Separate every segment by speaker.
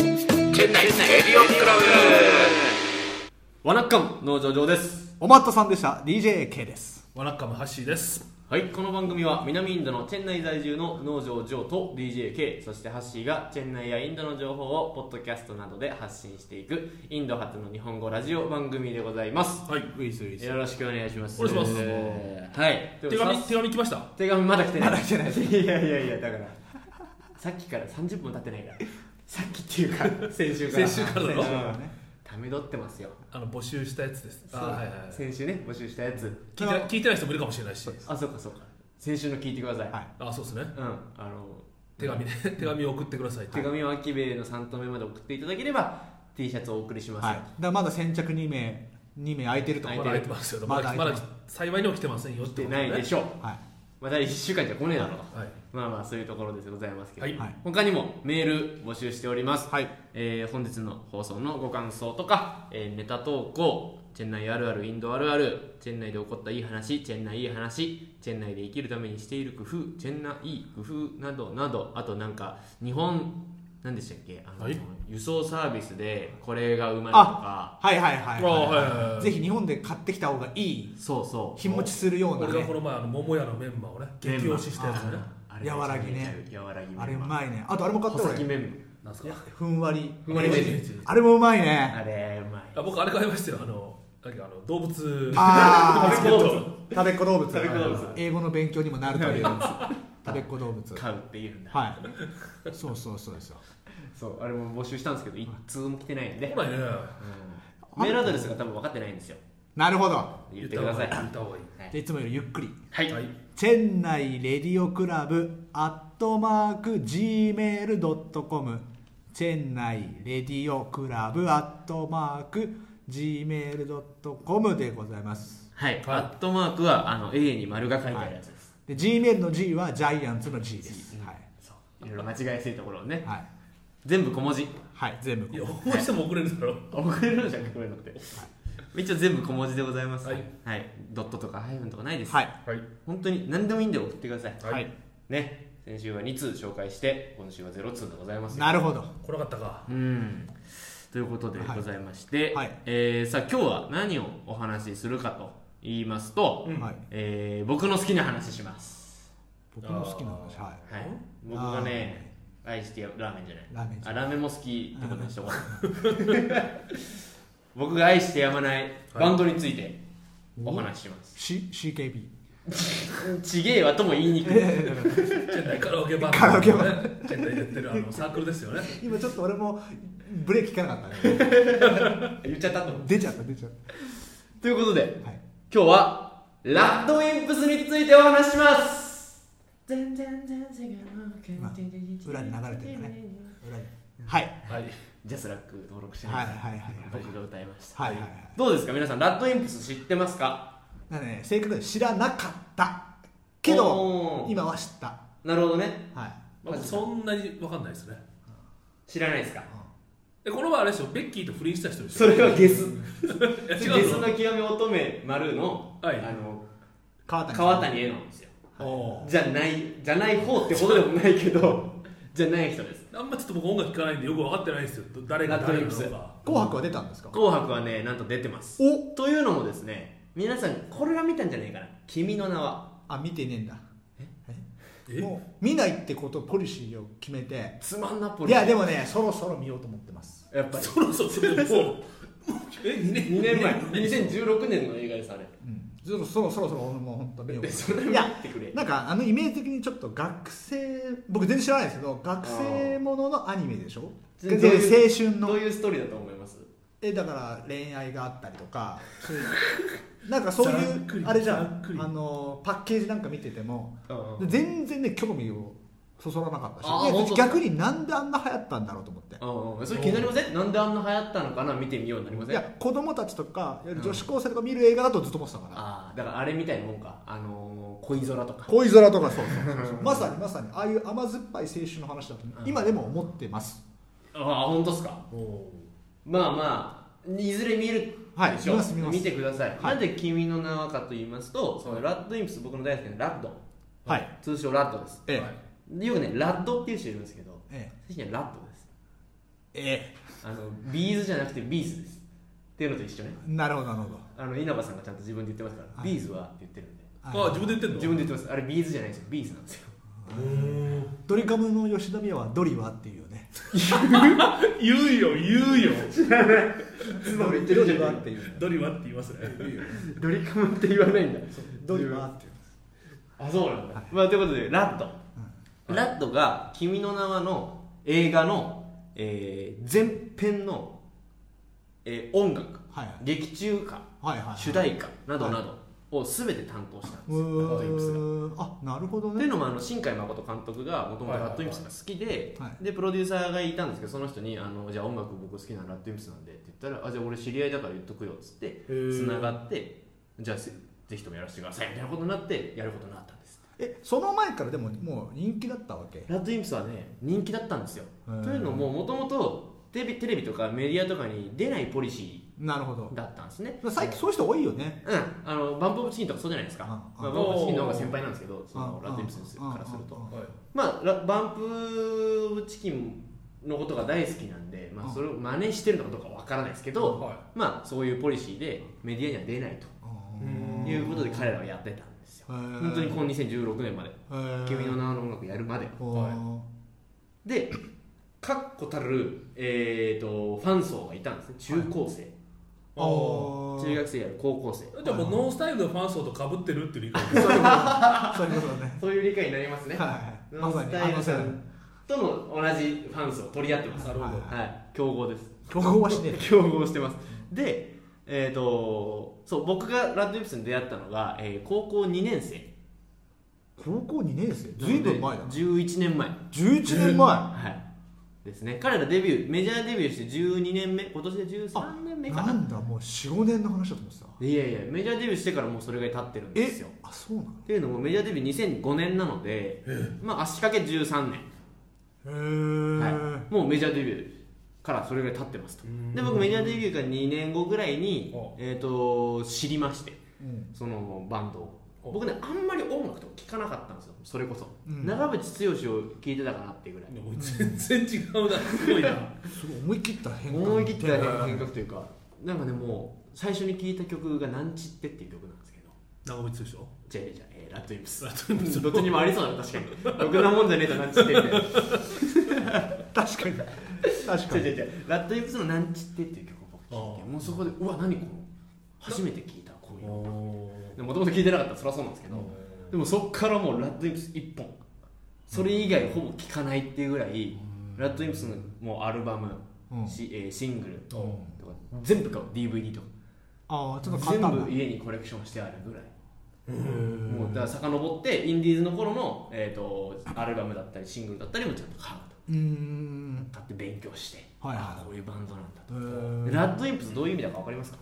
Speaker 1: 店内エリオンクラ
Speaker 2: ワナッカムの上場です
Speaker 3: おまっとさんでした。DJK です。
Speaker 4: ワナッカムハッシーです。
Speaker 2: はいこの番組は南インドのチェン内在住の農場ジョーと DJK そしてハッシーがチェン内やインドの情報をポッドキャストなどで発信していくインド発の日本語ラジオ番組でございます
Speaker 4: はい。
Speaker 3: ウィスウィス。
Speaker 2: よろしくお願いします
Speaker 4: お願いします
Speaker 2: えーはい
Speaker 4: 手紙手紙来ました。
Speaker 2: 手紙まだ来てない
Speaker 3: まだ来てないです
Speaker 2: いやいやいやだからさっきから30分経ってないからさっきっていうか先週から
Speaker 4: 先週からだろ
Speaker 2: 先ねため取ってますよ
Speaker 4: あの募集したやつです。あ
Speaker 2: そう
Speaker 4: はいはいはい。
Speaker 2: 先週ね募集したやつ
Speaker 4: 聞いて聞いてない人もいるかもしれないし。
Speaker 2: あそうかそうか先週の聞いてください、
Speaker 3: はい
Speaker 4: あそうですね。
Speaker 2: うんあの
Speaker 4: 手紙で手紙を送ってくださいと。
Speaker 2: 手紙をアキベイの3投目まで送っていただければ T シャツをお送りします
Speaker 3: はい。
Speaker 2: よ
Speaker 3: だからまだ先着2名、2名空いてると
Speaker 4: ま
Speaker 3: 思
Speaker 4: だ
Speaker 3: う。
Speaker 4: 空いてますよ。
Speaker 3: ま
Speaker 4: ま
Speaker 3: だ
Speaker 4: だ
Speaker 3: 空
Speaker 4: ま
Speaker 3: いて
Speaker 4: だ
Speaker 3: ます
Speaker 4: 幸いには来てませんよって
Speaker 2: で
Speaker 4: こと
Speaker 2: ないでしょう、
Speaker 3: は
Speaker 2: また1週間じゃ来ねえだろう、
Speaker 4: はい。
Speaker 2: まあまあそういうところでございますけど、
Speaker 4: はい
Speaker 3: はい
Speaker 2: 他にもメール募集しております、
Speaker 3: はい
Speaker 2: えー本日の放送のご感想とか、えーネタ投稿チェン内あるあるインドあるあるチェン内で起こったいい話チェン内いい話チェン内で生きるためにしている工夫チェン内いい工夫などなどあとなんか日本何でしたっけあの、
Speaker 4: はい
Speaker 2: 輸送サービスでこれがうまいとか
Speaker 3: あはいはいは
Speaker 4: あはいは
Speaker 3: い
Speaker 4: い
Speaker 3: は。
Speaker 4: はいい
Speaker 3: ぜひ日本で買ってきた方がいい、
Speaker 2: そうそう
Speaker 3: 日持ちするような
Speaker 4: 俺がこ
Speaker 3: ね。
Speaker 4: の前あの桃屋のメンマをね激推ししたやつね。
Speaker 2: あれめちゃめちゃ柔らぎメンマ
Speaker 3: あれうまいね。あとあれも買った
Speaker 2: 穂
Speaker 3: 俺
Speaker 2: 先。メンマ
Speaker 4: なんすか。
Speaker 3: ふんわり。
Speaker 2: ふんわりメニュー
Speaker 3: あれもうまい
Speaker 2: あ
Speaker 3: ね。
Speaker 2: れうまい
Speaker 4: あ僕あれ買いましたよ。あのなんかあの動物。
Speaker 3: あ
Speaker 4: バスケッ
Speaker 3: ー
Speaker 4: ト
Speaker 3: 食べっ子動物。
Speaker 2: 食べっ子動物
Speaker 3: 英語の勉強にもなるという。食べっ子動物。
Speaker 2: 買うっていうんだ
Speaker 3: はい。そうそうそうですよ。
Speaker 2: そうあれも募集したんですけど一通も来てないんで
Speaker 4: 来ないね。
Speaker 2: うんメールアドレスが多分分かってないんですよ
Speaker 3: なるほど。
Speaker 2: 言ってください
Speaker 4: 言った方がいい。
Speaker 3: じゃあいつもよりゆっくり。
Speaker 2: はい、
Speaker 4: はい。
Speaker 3: チェンナイレディオクラブアットマーク Gmail.com チェンナイレディオクラブアットマーク Gmail.com でございます
Speaker 2: はいアットマークはあの A に丸が書いてあるやつです、
Speaker 3: で Gmail の G はジャイアンツの G ですはい、
Speaker 2: い、ろいろ間違いやすいところをね、
Speaker 3: はい
Speaker 2: 全部小文字
Speaker 3: はい、全部
Speaker 4: いや応援しても送れるだろう。
Speaker 2: 送れるのじゃなくれなくて一応全部小文字でございます、
Speaker 4: はい
Speaker 2: ドットとかハイフンとかないです、
Speaker 3: はい
Speaker 4: はい。
Speaker 2: 本当に何でもいいんで送ってください、
Speaker 4: はい
Speaker 3: はい
Speaker 2: ね先週は2通紹介して今週は0通でございます
Speaker 3: なる
Speaker 2: ほ
Speaker 3: ほど
Speaker 4: 来なかったか。
Speaker 2: うんということでございまして、
Speaker 3: はいはい
Speaker 2: えーさあ今日は何をお話しするかと言いますと、
Speaker 3: はい
Speaker 2: えー僕の好きな話します、
Speaker 3: 僕の好きな話
Speaker 4: あー
Speaker 3: は
Speaker 2: はい
Speaker 4: うん、
Speaker 2: 僕がね愛してやラーメンじゃない
Speaker 3: ラーメンじゃ
Speaker 2: あラーメンも好きってことにしとこう 僕が愛してやまないバンドについてお話しします、
Speaker 3: い C- CKB
Speaker 2: ちげえわとも言いにくい
Speaker 4: チェンナイカラオケバンド、ね、
Speaker 3: カラオケバ
Speaker 4: チェンナイでやってるあのサークルですよね
Speaker 3: 今ちょっと俺もブレーキ効かなかったね
Speaker 2: 言っちゃったと思う
Speaker 3: 出ちゃった出ちゃっ
Speaker 2: ということで
Speaker 3: たはい
Speaker 2: 今日はラッドウィンプスについてお話しします
Speaker 3: まあ裏に流れてるんだね裏にはい
Speaker 4: はい
Speaker 2: ジャスラック登録して
Speaker 3: は
Speaker 2: ないい、
Speaker 3: はいはい
Speaker 2: 僕が歌いました、
Speaker 3: はいはいはい
Speaker 2: どうですか皆さんラッドウィンプス知ってますか
Speaker 3: なんかね、正確には知らなかったけど
Speaker 2: おー
Speaker 3: 今は知った、
Speaker 2: なるほどね
Speaker 3: はい、
Speaker 4: 僕そんなに分かんないですね
Speaker 2: 知らないですか
Speaker 4: でこの前あれでしょベッキーと不倫した人でしょ
Speaker 2: それはゲス
Speaker 4: いや
Speaker 2: ゲス
Speaker 4: 違う
Speaker 2: の極み乙女丸の,、
Speaker 4: はい
Speaker 2: あの
Speaker 3: 川谷さん
Speaker 2: 川谷絵音ですよ
Speaker 4: のお
Speaker 2: じゃないじゃない方ってほどでもないけ どじゃない人です
Speaker 4: ーあんまちょっと僕音楽聴かないんでよく分かってないんですよど誰が
Speaker 2: ラッドウ
Speaker 4: 誰
Speaker 2: ィ
Speaker 4: な
Speaker 2: ンプス
Speaker 4: のか
Speaker 3: 紅白は出たんですか
Speaker 2: 紅白はねなんと出てます
Speaker 3: お
Speaker 2: というのもですね皆さんこれは見たんじゃないかな「君の名は
Speaker 3: あ見てねえんだ
Speaker 4: え
Speaker 3: もう見ないってことをポリシーを決めて」
Speaker 2: つまんなポ
Speaker 3: いやでもねそろそろ見ようと思ってます
Speaker 2: やっぱり
Speaker 4: そろそろそれもうもうえ2年
Speaker 2: 2年前2016年の映画ですあれ
Speaker 3: うんそろそろそろそろ俺もう本当見ようと
Speaker 2: えそ
Speaker 3: 思
Speaker 2: れ
Speaker 3: ってい
Speaker 2: 見
Speaker 3: や
Speaker 2: てくれ
Speaker 3: なんかあのイメージ的にちょっと学生僕全然知らないですけど学生もののアニメでしょ
Speaker 2: どう
Speaker 3: で
Speaker 2: いう
Speaker 3: 青春の
Speaker 2: どういうストーリーだと思います
Speaker 3: えだから恋愛があったりとかそういうなんかそうい
Speaker 4: ざっく
Speaker 3: う
Speaker 4: り
Speaker 3: あれじゃ
Speaker 4: ざっ
Speaker 3: ん
Speaker 4: くり
Speaker 3: あのパッケージなんか見てても
Speaker 2: うん
Speaker 3: で全然ね興味をそそらなかった
Speaker 2: あー
Speaker 3: しで
Speaker 2: 本当
Speaker 3: 逆になんであんな流行ったんだろうと思って
Speaker 2: うんうんそれ気になりませんなんであんな流行ったのかな見てみようになりませ
Speaker 3: い
Speaker 2: ん
Speaker 3: や子供たちとかいわゆる女子高生とか見る映画だとずっと思ってたから
Speaker 2: ああだからあれみたいなもんかあのー、恋空とか
Speaker 3: 恋空とかそうそうそうそうまさにまさにああいう甘酸っぱい青春の話だと
Speaker 2: ん
Speaker 3: 今でも思ってます
Speaker 2: ああ本当っすか
Speaker 4: も
Speaker 2: まあまあいずれ見る
Speaker 3: はい
Speaker 2: でしょ
Speaker 3: 見ます見ます
Speaker 2: てください、
Speaker 3: はい
Speaker 2: なぜ「君の名は」かと言いますとそのラッドインプス僕の大好きなラッド
Speaker 3: はい
Speaker 2: 通称ラッドです
Speaker 3: え
Speaker 4: はい
Speaker 2: よくねラッドっていう人いるんですけど
Speaker 3: え
Speaker 2: 最近はラッドです
Speaker 3: ええ
Speaker 2: あのビーズじゃなくてビーズですっていうのと一緒ね
Speaker 3: えなるほどなるほど
Speaker 2: あの稲葉さんがちゃんと自分で言ってますから、
Speaker 3: はい
Speaker 2: ビーズはって言ってるんで
Speaker 4: あ自分で言ってんの
Speaker 2: 自分で言ってますあれビーズじゃないですよビーズなんですよ
Speaker 3: ドリカムの吉田美和はドリはっていうよね
Speaker 4: 言うよ言うよ
Speaker 3: ドリドリはっていう
Speaker 4: ドリはって言いますね
Speaker 2: ドリカムって言わないんだ
Speaker 3: ドリはっていう
Speaker 2: あそうなんだ、まあ、ということで「ラッド」ラッドが「君の名は」の映画の、えー前編の、えー音楽、
Speaker 3: はいはい
Speaker 2: 劇中歌、
Speaker 3: はいはいはい
Speaker 2: 主題歌などなどを全て担当したんで
Speaker 3: う
Speaker 2: すよ、ラッドインプスが。
Speaker 3: ーんあなるほど
Speaker 2: ってい
Speaker 3: ね
Speaker 2: うのもあの新海誠監督がもともとラッドインプスが好きで,、
Speaker 3: はいはい
Speaker 2: でプロデューサーがいたんですけどその人にあの「じゃあ音楽僕好きなのラッドインプスなんで」って言ったら「あじゃあ俺知り合いだから言っとくよ」っつって
Speaker 4: ー
Speaker 2: つながって「じゃあせぜひともやらせてください」みたいなことになってやることになったんです
Speaker 3: えその前からでももう人気だったわけ
Speaker 2: ラッドインプスはね人気だったんですよ
Speaker 3: へー
Speaker 2: というのももともとテレビテレビとかメディアとかに出ないポリシ
Speaker 3: なるほど
Speaker 2: ーだったんですね
Speaker 3: 最近そういう人多いよね
Speaker 2: うん、あのバンプ・オブ・チキンとかそうじゃないですか、
Speaker 3: うん
Speaker 2: まあ、バ
Speaker 3: う
Speaker 2: ン
Speaker 3: ん
Speaker 2: プ・オブ・チキンの方が先輩なんですけどその
Speaker 3: うん
Speaker 2: ラッドインプスからすると
Speaker 3: うんうんうん
Speaker 2: まあ、ラバンプ・オブ・チキンのことが大好きなんで、ま
Speaker 3: う
Speaker 2: あ、
Speaker 3: ん
Speaker 2: それを真似してるのかどうかわからないですけど、
Speaker 4: はい
Speaker 2: まあ、そういうポリシーでメディアには出ないと
Speaker 4: うん
Speaker 2: いうことで彼らはやってたんですよ
Speaker 3: へー
Speaker 2: 本当にこの2016年まで
Speaker 3: へー
Speaker 2: 「君の名の音楽」やるまでは
Speaker 3: ほー
Speaker 2: で確固たる、えー、とファン層がいたんですね中高生、
Speaker 4: あー
Speaker 3: あー
Speaker 2: 中学生や高校生
Speaker 4: じゃあもうノンスタイルのファン層とかぶってるっていう理解
Speaker 3: そういうことだね
Speaker 2: そういう理解になりますね、
Speaker 3: はいはい
Speaker 2: ノンスタイルさんとの同じファン層を取り合ってます
Speaker 4: なるほど
Speaker 2: はい、競合です
Speaker 3: 競合はしね え
Speaker 2: 競合してますでえー、とそう僕がラッドインプスに出会ったのが、えー高校2年生
Speaker 3: 高校2年生ずいぶん前だな
Speaker 2: 11年前
Speaker 3: 11年前
Speaker 2: はいですね彼らデビューメジャーデビューして12年目今年で13年目か
Speaker 3: な
Speaker 2: なん
Speaker 3: だもう45年の話だと思ってた
Speaker 2: いやいやメジャーデビューしてからもうそれが経ってるんですよ
Speaker 3: あそうなの
Speaker 2: っていうのもメジャーデビュー2005年なので、まあ足掛け13年
Speaker 3: へえ、
Speaker 2: はい、もうメジャーデビューからそれぐらい経ってますと
Speaker 4: うん
Speaker 2: で僕メジャーデビューから2年後ぐらいに
Speaker 4: あ、
Speaker 2: えー、と知りまして
Speaker 3: うん
Speaker 2: そのバンドを
Speaker 4: あ
Speaker 2: 僕ねあんまり音楽とか聴かなかったんですよそれこそ、
Speaker 3: うん
Speaker 2: 長渕剛を聴いてたかなっていうぐらい
Speaker 4: もう全然違うなすごいな
Speaker 3: すごい思い切った変化
Speaker 2: 思い切った変革変
Speaker 3: へ
Speaker 2: 革というかなんかねもう最初に聴いた曲が「なんちって」っていう曲なんですけど
Speaker 4: 長渕でしょ
Speaker 2: じゃあじゃあ、えーラッドインプス
Speaker 4: ラッドインプス
Speaker 2: どっちにもありそうだな確かにろくなもんじゃねえとなんちってみたいな
Speaker 3: え確かに確か
Speaker 2: 違う
Speaker 3: に
Speaker 2: 違う違うラッドインプスの「なんちって」っていう曲を僕聴い
Speaker 4: あ
Speaker 2: て
Speaker 4: あ
Speaker 2: もうそこでうわ何この初めて聴いたこういうの
Speaker 4: お
Speaker 2: でもともと聴いてなかったらそりゃそうなんですけどでもそっからもうラッドインプス1本それ以外ほぼ聴かないっていうぐらいラッドインプスのもうアルバム、
Speaker 3: うん
Speaker 2: しえーシングルとか
Speaker 4: うん
Speaker 2: 全部買う DVD とか
Speaker 3: ああちょっと簡
Speaker 2: 全
Speaker 3: 単だ
Speaker 2: 部家にコレクションしてあるぐらい
Speaker 3: へ
Speaker 2: もうだから遡ってインディーズの頃の、えー、とアルバムだったりシングルだったりもちゃんと買うと
Speaker 3: えうん
Speaker 2: 買って勉強して、
Speaker 3: はいはい
Speaker 2: あこういうバンドなんだ
Speaker 3: へ
Speaker 2: と、
Speaker 3: ー
Speaker 2: ラッドインプスどういう意味だか分かりますか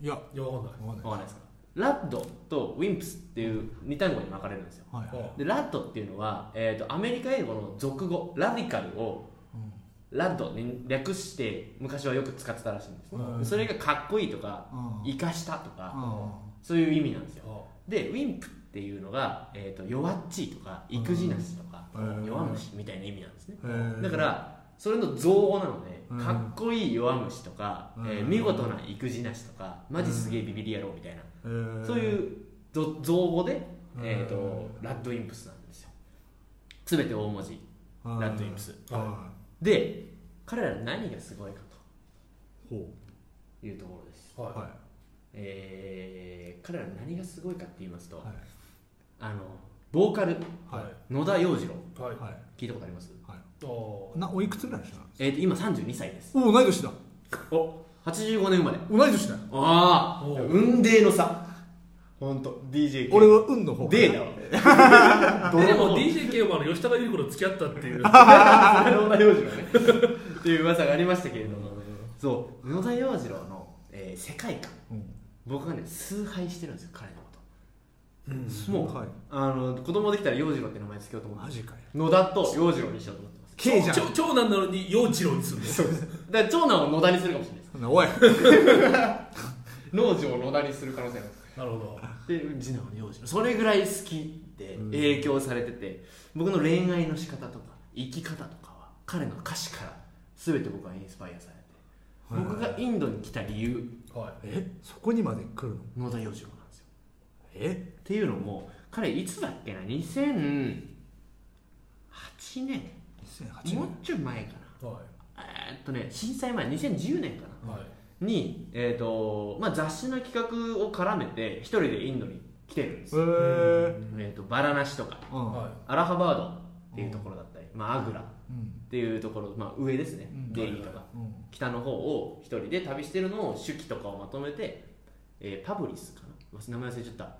Speaker 3: いやわ
Speaker 4: いやわかんない
Speaker 3: かんない
Speaker 2: 分かんないですかラッドとウィンプスっていう2単語に分かれるんですよ
Speaker 3: はいはい
Speaker 2: でラッドっていうのは、えー、とアメリカ英語の俗語ラディカルをラッドに略して昔はよく使ってたらしいんです、
Speaker 3: うん
Speaker 2: それがかっこいいとか
Speaker 3: うん
Speaker 2: 生かしたとか、
Speaker 3: う
Speaker 2: そういう意味なんですよ
Speaker 4: あ
Speaker 2: でウィンプっていうのが、えー、と弱っちいとか育児なしとか、
Speaker 3: うん
Speaker 2: 弱虫みたいな意味なんですね、
Speaker 3: んへえ
Speaker 2: だからそれの造語なので、
Speaker 3: うん
Speaker 2: かっこいい弱虫とか、
Speaker 3: うん
Speaker 2: えー見事な育児なしとかマジすげえビビり野郎みたいな、
Speaker 3: へー
Speaker 2: そういうぞ造語で、
Speaker 3: うん
Speaker 2: えー、とラッドインプスなんですよ全て大文字
Speaker 3: うん
Speaker 2: ラッドインプス
Speaker 3: は
Speaker 2: で彼ら何がすごいか
Speaker 3: いほ
Speaker 2: というところです、
Speaker 4: あ
Speaker 3: う
Speaker 4: は
Speaker 3: は
Speaker 2: えー彼ら何がすごいかって言いますと、
Speaker 3: いは
Speaker 2: あのボーカル
Speaker 4: い
Speaker 3: はい
Speaker 2: 野田洋次郎
Speaker 4: はいはい
Speaker 3: いはい
Speaker 2: 聞いたことあります
Speaker 3: はい
Speaker 4: あ
Speaker 3: なおいくつぐらいでした
Speaker 2: えっ、と今32歳です
Speaker 3: お同い年だ
Speaker 2: お85年生まれ
Speaker 3: 同い年だよ
Speaker 2: ああ
Speaker 4: おう
Speaker 2: 運命の差本当 DJK
Speaker 3: 俺は運の方
Speaker 2: デーだわ
Speaker 4: ーでも DJK はあの吉高由里子と付き合ったっていう
Speaker 2: 野田洋次郎ね っていう噂がありましたけれどもそう野田洋次郎の、えー世界観
Speaker 3: うん
Speaker 2: 僕がね崇拝してるんですよ彼のこと
Speaker 4: うん
Speaker 2: もう、
Speaker 3: はい
Speaker 2: あの子供できたら洋次郎って名前つけようと思って
Speaker 3: マジかよ
Speaker 2: 野田と洋次郎にしようと思ってます
Speaker 3: ケイじゃん
Speaker 4: 長長男なのに陽次郎にするの
Speaker 2: そうですだから長男を野田にするかもしれないです
Speaker 3: おい
Speaker 2: 農場を野田にする可能性がある
Speaker 4: なるほど
Speaker 2: で次男の幼児それぐらい好きで影響されてて、僕の恋愛の仕方とか生き方とかは彼の歌詞から全て僕はインスパイアされて僕がインドに来た理由
Speaker 4: は
Speaker 3: えそこにまで来るの
Speaker 2: 野田洋次郎なんですよ
Speaker 3: え
Speaker 2: っていうのも彼いつだっけな2008年
Speaker 3: 2008
Speaker 2: もう
Speaker 3: 年
Speaker 2: ちょい前か
Speaker 4: いは
Speaker 2: なえーっとね震災前2010年かない
Speaker 4: はい
Speaker 2: に、えーとまあ、雑誌の企画を絡めて一人でインドに来てるんです
Speaker 3: へ
Speaker 2: よ、
Speaker 3: え
Speaker 2: えー、とバラナシとか
Speaker 3: うん
Speaker 4: はい
Speaker 2: アラハバードっていうところだったり、まあ、アグラっ
Speaker 3: うん
Speaker 2: ていうところ、まあ、上ですね、
Speaker 3: うん
Speaker 2: デイリーとか、
Speaker 3: うん
Speaker 2: 北の方を一人で旅してるのを手記とかをまとめて、えーパブリスかな名前忘れちゃったっ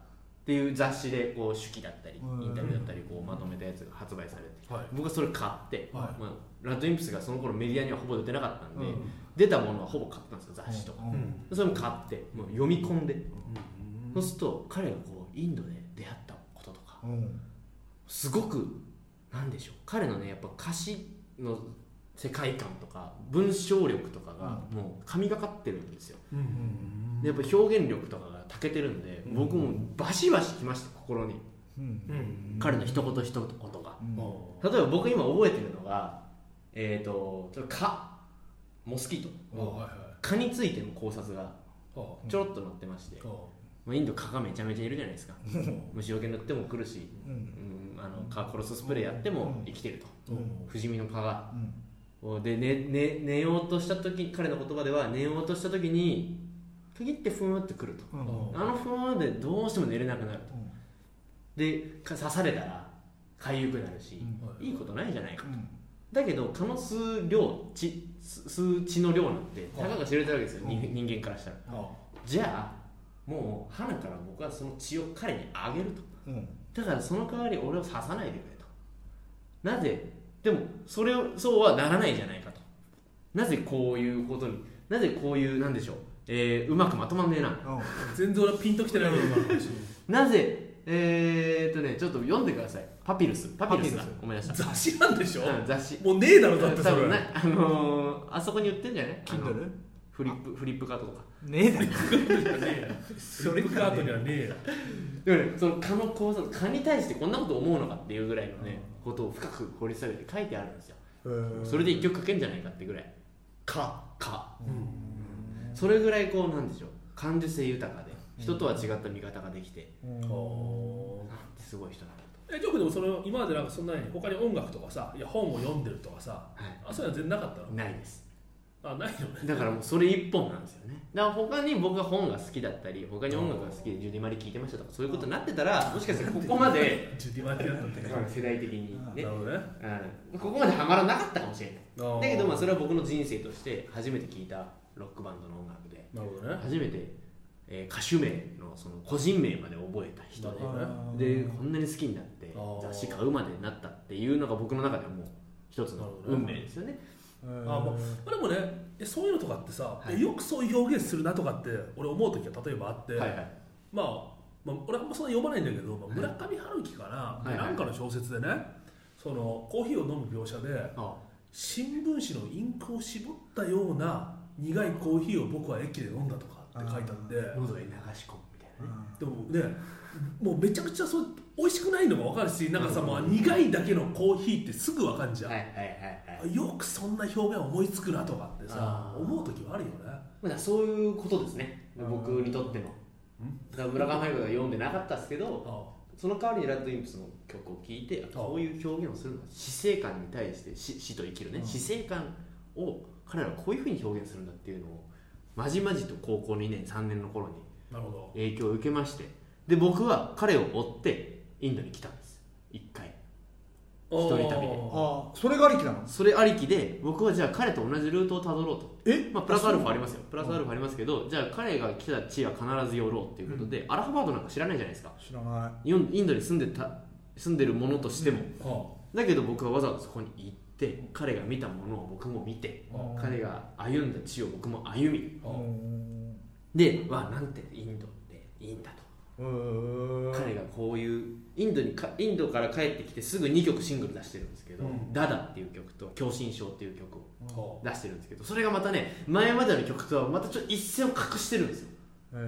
Speaker 2: ていう雑誌でこう手記だったりイ
Speaker 3: うん
Speaker 2: ンタビューだったりこうまとめたやつが発売されて
Speaker 4: はい
Speaker 2: 僕はそれ買って、
Speaker 4: はい
Speaker 2: まあ、ラッドインプスがその頃メディアにはほぼ出てなかったんで、
Speaker 3: うん
Speaker 2: 出たものはほぼ買ったんですよ雑誌とか、
Speaker 3: うん
Speaker 4: うん
Speaker 2: それも買ってもう読み込んで、
Speaker 4: う
Speaker 2: そうんすると彼がこうインドで出会ったこととか
Speaker 3: うん
Speaker 2: すごくなんでしょう彼のねやっぱ歌詞の世界観とか文章力とかがもう神がかってるんですよ、
Speaker 4: うんうん
Speaker 2: でやっぱ表現力とかが長けてるんで、
Speaker 4: うん
Speaker 2: 僕もバシバシきました心に、
Speaker 3: うん
Speaker 4: うん
Speaker 2: 彼の一言一言が
Speaker 3: うん
Speaker 4: あ
Speaker 2: 例えば僕今覚えてるのがえっ、ー、とちょっと蚊モスキート
Speaker 4: あはいはい
Speaker 2: 蚊についての考察が
Speaker 4: ああ
Speaker 2: ちょろっと載ってまして、
Speaker 4: あ
Speaker 2: まあ、インド蚊がめちゃめちゃいるじゃないですか
Speaker 4: うん
Speaker 2: 虫除け塗っても来るし、
Speaker 3: うん
Speaker 2: うん、あの蚊殺すスプレーやっても生きてると、
Speaker 4: うん
Speaker 2: 不死身の蚊が
Speaker 3: うん
Speaker 2: で、ねね、寝ようとした時彼の言葉では寝ようとした時にピキってふーってくると
Speaker 3: うん
Speaker 4: うん
Speaker 2: あのふーでどうしても寝れなくなるとでか刺されたら痒くなるし、
Speaker 4: うん
Speaker 2: いいことないじゃないか
Speaker 3: うん
Speaker 2: だけど蚊の数量血数数値の量なんてた
Speaker 4: はい
Speaker 2: かが知れてるわけですよ、
Speaker 3: うん
Speaker 2: 人人間からしたら
Speaker 4: あ
Speaker 2: じゃあもう花から僕はその血を彼にあげると
Speaker 3: うん
Speaker 2: だからその代わり俺を刺さないでくれとなぜでもそれをそうはならないじゃないかとなぜこういうことになぜこういうなんでしょう、えーうまくまとまんねえな
Speaker 3: うん
Speaker 4: 全然俺はピンときてないけど今の話
Speaker 2: なぜえー、っとねちょっと読んでくださいパピルスパピルスだ
Speaker 3: パピル
Speaker 2: 思い出した
Speaker 4: 雑誌なんでしょ
Speaker 2: うん雑誌
Speaker 4: もうねえだろだって
Speaker 2: 多
Speaker 4: それ
Speaker 2: 分ねあのー、あそこに売ってんじゃないあの
Speaker 3: Kindle
Speaker 2: フリップフリップカードとか
Speaker 3: ねえだろ
Speaker 4: それカートにはねえや
Speaker 2: でもねその蚊の構造蚊に対してこんなこと思うのかっていうぐらいのねことを深く掘り下げて書いてあるんですよそれで一曲書けんじゃないかってぐらい蚊蚊それぐらいこうなんでしょう感受性豊かで人とは違った見方ができて、
Speaker 3: うん
Speaker 4: お
Speaker 2: なんてすごい人なんだと、
Speaker 4: えジョークでもその今までなんかそんなに他に音楽とかさいや本を読んでるとかさ
Speaker 2: は
Speaker 4: あそういうの全然なかったの
Speaker 2: い、ないです
Speaker 4: あないよね
Speaker 2: だからもうそれ一本なんですよねだから他に僕が本が好きだったり他に音楽が好きでジュディ・マリ聴いてましたとかそういうことになってたらもしかしたらここまで
Speaker 4: ジュディマリだったんだね
Speaker 2: 世代的にね
Speaker 4: な、るほどね
Speaker 2: うん、ここまでハマらなかったかもしれない
Speaker 4: だ
Speaker 2: だけどまあそれは僕の人生として初めて聴いたロックバンドの音楽で
Speaker 4: なるほどね
Speaker 2: 初めて、えー歌手名のその個人名まで覚えた人ででこんなに好きになって
Speaker 4: あー
Speaker 2: 雑誌買うまでになったっていうのが僕の中ではもう一つの運命ですよね
Speaker 4: あまあまあでもねえそういうのとかってさ、
Speaker 2: い
Speaker 4: えよくそういう表現するなとかって俺思う時は例えばあって、
Speaker 2: はいはい
Speaker 4: まあまあ、俺はあんまそんな読まないんだけど、まあ、村上春樹かな、
Speaker 2: いはい
Speaker 4: なんかの小説でねそのコーヒーを飲む描写で
Speaker 2: あ
Speaker 4: 新聞紙のインクを絞ったような苦いコーヒーを僕は駅で飲んだとかって書いてあって
Speaker 2: 喉に流し込むみたいなね
Speaker 4: でもねもうめちゃくちゃそう美味しくないのも分かるしなんかさ、まあ、苦いだけのコーヒーってすぐ分かるじゃん、
Speaker 2: はいはいはいはい
Speaker 4: よくそんな表現思いつくなとかってさ
Speaker 2: あー
Speaker 4: 思う時はあるよね
Speaker 2: まあそういうことですね
Speaker 3: うん
Speaker 2: 僕にとってのだから村上春樹が読んでなかったですけど
Speaker 4: あ
Speaker 2: その代わりにラッドインプスの曲を聴いてあこういう表現をするのは死生観に対して死死と生きるね
Speaker 3: うん
Speaker 2: 死生観を彼らはこういうふうに表現するんだっていうのをまじまじと高校2年3年の頃に
Speaker 4: なるほど
Speaker 2: 影響を受けましてで僕は彼を追ってインドに来たんです一回一人旅で
Speaker 4: あ
Speaker 3: あそれがありきなの
Speaker 2: それありきで僕はじゃあ彼と同じルートをたどろうと
Speaker 3: え
Speaker 2: まあ、プラスアルファありますよプラスアルファありますけど、じゃあ彼が来た地は必ず寄ろうっていうことで、アラハバードなんか知らないじゃないですか
Speaker 3: 知らない
Speaker 2: インインドに住んでた住んでるものとしても、
Speaker 4: ーあ
Speaker 2: だけど僕はわざわざそこに行って彼が見たものを僕も見て
Speaker 3: うん
Speaker 2: 彼が歩んだ地を僕も歩み
Speaker 4: ああ
Speaker 2: でわあなんてインドっていいんだと
Speaker 3: うん
Speaker 2: 彼がこういうインドにかインドから帰ってきてすぐ2曲シングル出してるんですけど「
Speaker 4: うん
Speaker 2: ダダ」っていう曲と「狭心症」っていう曲を
Speaker 4: あ
Speaker 2: 出してるんですけどそれがまたね前までの曲とはまたちょっと一線を隠してるんですよ、
Speaker 3: う
Speaker 4: あ
Speaker 3: ん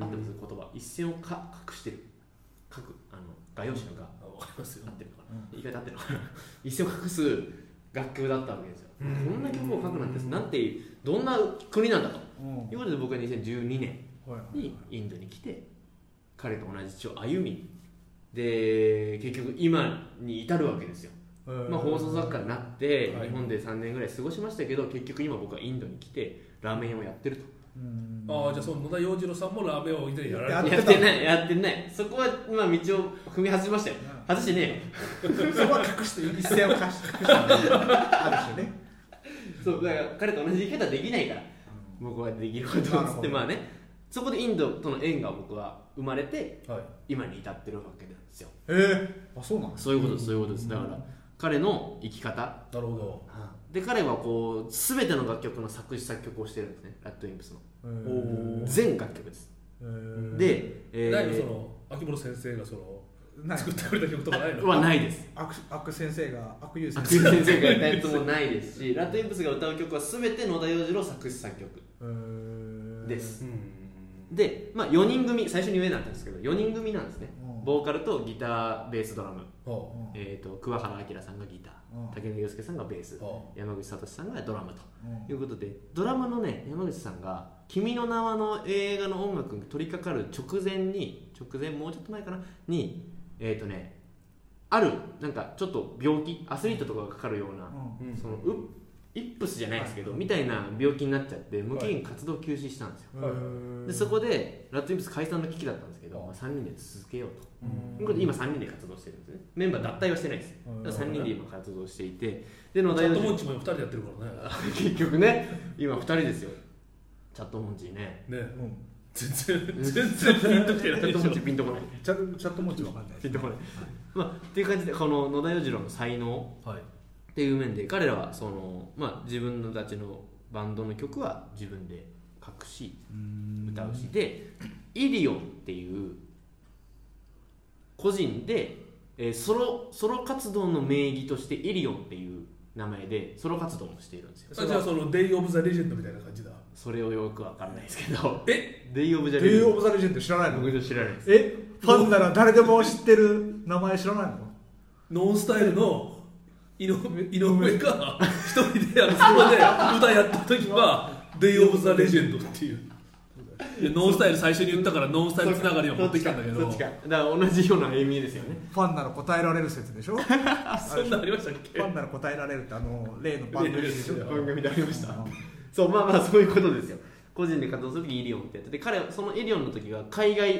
Speaker 2: 合ってます言葉一線をか隠してる書くあの画用紙のが
Speaker 4: わかりますよ
Speaker 2: 合ってるのかな
Speaker 3: うん
Speaker 2: 言い方合ってるのかな一線を隠す楽曲だったわけですよ、
Speaker 4: うん
Speaker 2: こんな曲を書くなんて、なんてどんな国なんだと
Speaker 3: うん
Speaker 2: いうことで僕は2012年
Speaker 3: はい
Speaker 2: にインドに来て彼と同じ地を歩みで結局今に至るわけですよ、
Speaker 3: はい
Speaker 2: まあ、放送作家になって
Speaker 4: はい
Speaker 2: 日本で3年ぐらい過ごしましたけど結局今僕はインドに来てラーメン屋をやってると
Speaker 3: うん
Speaker 4: ああじゃあその野田洋次郎さんもラーメンを以前やら
Speaker 3: や
Speaker 4: れ
Speaker 3: っ
Speaker 2: やっ
Speaker 3: ててた
Speaker 2: てないやってないそこはまあ道を踏み外しましたよ外してねえよ
Speaker 3: そこは隠して一線を隠して隠したんだけどある種ね
Speaker 2: そうだから彼と同じ生き方できないから僕はできることをつ
Speaker 3: なる
Speaker 2: っ
Speaker 3: ほ
Speaker 2: て
Speaker 3: ど
Speaker 2: まあねそこでインドとの縁が僕は生まれて
Speaker 4: はい
Speaker 2: 今に至ってるわけなんですよ
Speaker 3: えー、あそうなんです
Speaker 2: そういうことですそういうことですだから彼の生き方
Speaker 4: なるほど
Speaker 2: で彼はこう全ての楽曲の作詞作曲をしてるんですねラッドウィンプスの
Speaker 4: お
Speaker 3: お
Speaker 2: 全楽曲です、
Speaker 3: ー
Speaker 2: で、えー
Speaker 4: 何もその秋元先生がその
Speaker 3: ない
Speaker 4: 作ってくれた曲とかないの
Speaker 2: はないです
Speaker 3: 悪悪先生が悪友先
Speaker 2: 悪
Speaker 3: 生
Speaker 2: 友先生がやったやつもないです しラッドウィンプスが歌う曲は全て野田洋次郎作詞作曲
Speaker 3: うーん
Speaker 2: です
Speaker 4: うん
Speaker 2: で、まあ、4人組最初に上だったんですけど4人組なんですね
Speaker 3: うん
Speaker 2: ボーカルとギターベースドラム、
Speaker 4: は
Speaker 3: うん
Speaker 2: えー、と桑原明さんがギタ
Speaker 3: うん
Speaker 2: ー竹野涼介さんがベース
Speaker 4: あは
Speaker 2: 山口聡さんがドラムと
Speaker 3: うん
Speaker 2: ということでドラマのね山口さんが「君の名は」の映画の音楽に取り掛かる直前に直前もうちょっと前かなにえっ、とねあるなんかちょっと病気アスリートとかがかかるような、
Speaker 4: あうん
Speaker 2: そのうイップスじゃないですけど、みたいな病気になっちゃって無期限活動休止したんですよ、
Speaker 3: うんうん
Speaker 2: でそこでラッドインプス解散の危機だったんですけど、まあ、3人で続けようとということで今3人で活動してるんですねメンバー脱退はしてないです、
Speaker 3: うん
Speaker 2: だから3人で今活動していてで野
Speaker 4: チ
Speaker 2: 田
Speaker 4: ャ
Speaker 2: 洋
Speaker 4: ッ
Speaker 2: 次
Speaker 4: トモンチも2人でやってるからね
Speaker 2: 結局ね今2人ですよチャットモンチーね
Speaker 4: ね
Speaker 3: うん
Speaker 4: 全然全然ピンとき
Speaker 2: チ
Speaker 4: て
Speaker 2: ャ
Speaker 4: ない
Speaker 2: ッ
Speaker 4: で
Speaker 2: ト
Speaker 4: し
Speaker 2: モン
Speaker 4: ょ
Speaker 2: チーピンとこない
Speaker 3: チャットチャット文字わかんない
Speaker 2: ピンとこない、まあ、っていう感じでこの野田洋次郎の才能
Speaker 4: はい
Speaker 2: っていう面で彼らはその、まあ、自分たちのバンドの曲は自分で書くし歌うしでイリオンっていう個人で、えーソロソロ活動の名義としてイリオンっていう名前でソロ活動もしているんですよ
Speaker 4: それじゃあそのデイ・オブ・ザ・レジェンドみたいな感じだ
Speaker 2: それをよくわかんないですけど
Speaker 4: え
Speaker 2: デイ・オブ・ジャ
Speaker 3: デ
Speaker 2: リ
Speaker 3: イ・オ
Speaker 2: ー
Speaker 3: ブ・ザ・レジェンド知らないの
Speaker 2: 僕と知らないです
Speaker 3: えファンなら誰でも知ってる名前知らないの
Speaker 4: ノンスタイルの井上井上が一人であのそこで歌やった時は「デイ・オブ・ザ・レジェンド」っていういやノンスタイル最初に言ったからノンスタイルつながりを持ってきたんだけど
Speaker 2: そっちかだから同じような意味ですよね
Speaker 3: ファンなら答えられる説でしょフ
Speaker 4: そんなんありましたっけ
Speaker 3: ァンなら答えられるってあの例のバンドリーでしょ
Speaker 4: 例のやつ
Speaker 2: 番組でありましたそうまあまあそういうことですよ個人で活動する時イリオンってやってて彼はそのイリオンの時は海外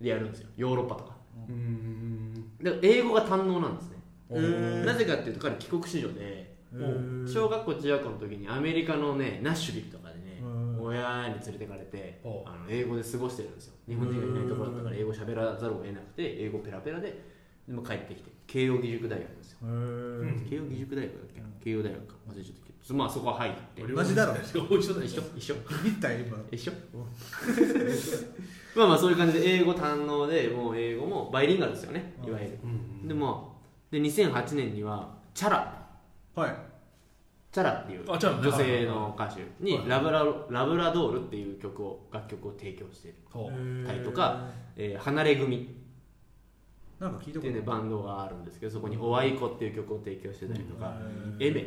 Speaker 2: でやるんですよヨーロッパとか
Speaker 4: うーん
Speaker 2: だから英語が堪能なんですね
Speaker 4: おー
Speaker 2: なぜかっていうと彼帰国子女で
Speaker 3: へー
Speaker 2: 小学校中学校の時にアメリカのねナッシュビルとかでね
Speaker 3: うん
Speaker 2: 親に連れてかれて
Speaker 4: お
Speaker 2: あの英語で過ごしてるんですよ日本人がいないところだったから英語喋らざるを得なくて英語ペラペラででも帰ってきて慶応義塾大学ですよ
Speaker 3: へー
Speaker 2: 慶応義塾大学だっけな慶応大学か忘れちゃったけどまあそこは入って
Speaker 3: 同じだろ
Speaker 4: 同じだろ
Speaker 2: 一緒一緒
Speaker 3: ビビったよ今
Speaker 2: 一緒まあまあそういう感じで英語堪能でもう英語もバイリンガルですよねいわゆる
Speaker 4: うん
Speaker 2: でもで2008年にはチャラ
Speaker 3: はい
Speaker 2: チャラっていう
Speaker 4: あチャラね
Speaker 2: 女性の歌手に
Speaker 4: はい
Speaker 2: ラブラ「ラブラドール」っていう曲を楽曲を提供している、
Speaker 4: ほう
Speaker 3: タ
Speaker 2: タイとかえー離れ組」
Speaker 3: なんか聞い
Speaker 2: ったて
Speaker 3: こ
Speaker 2: い
Speaker 3: と
Speaker 2: う、ね、バンドがあるんですけどそこに「おあいこ」っていう曲を提供してたりとか
Speaker 3: うん
Speaker 2: 「エメ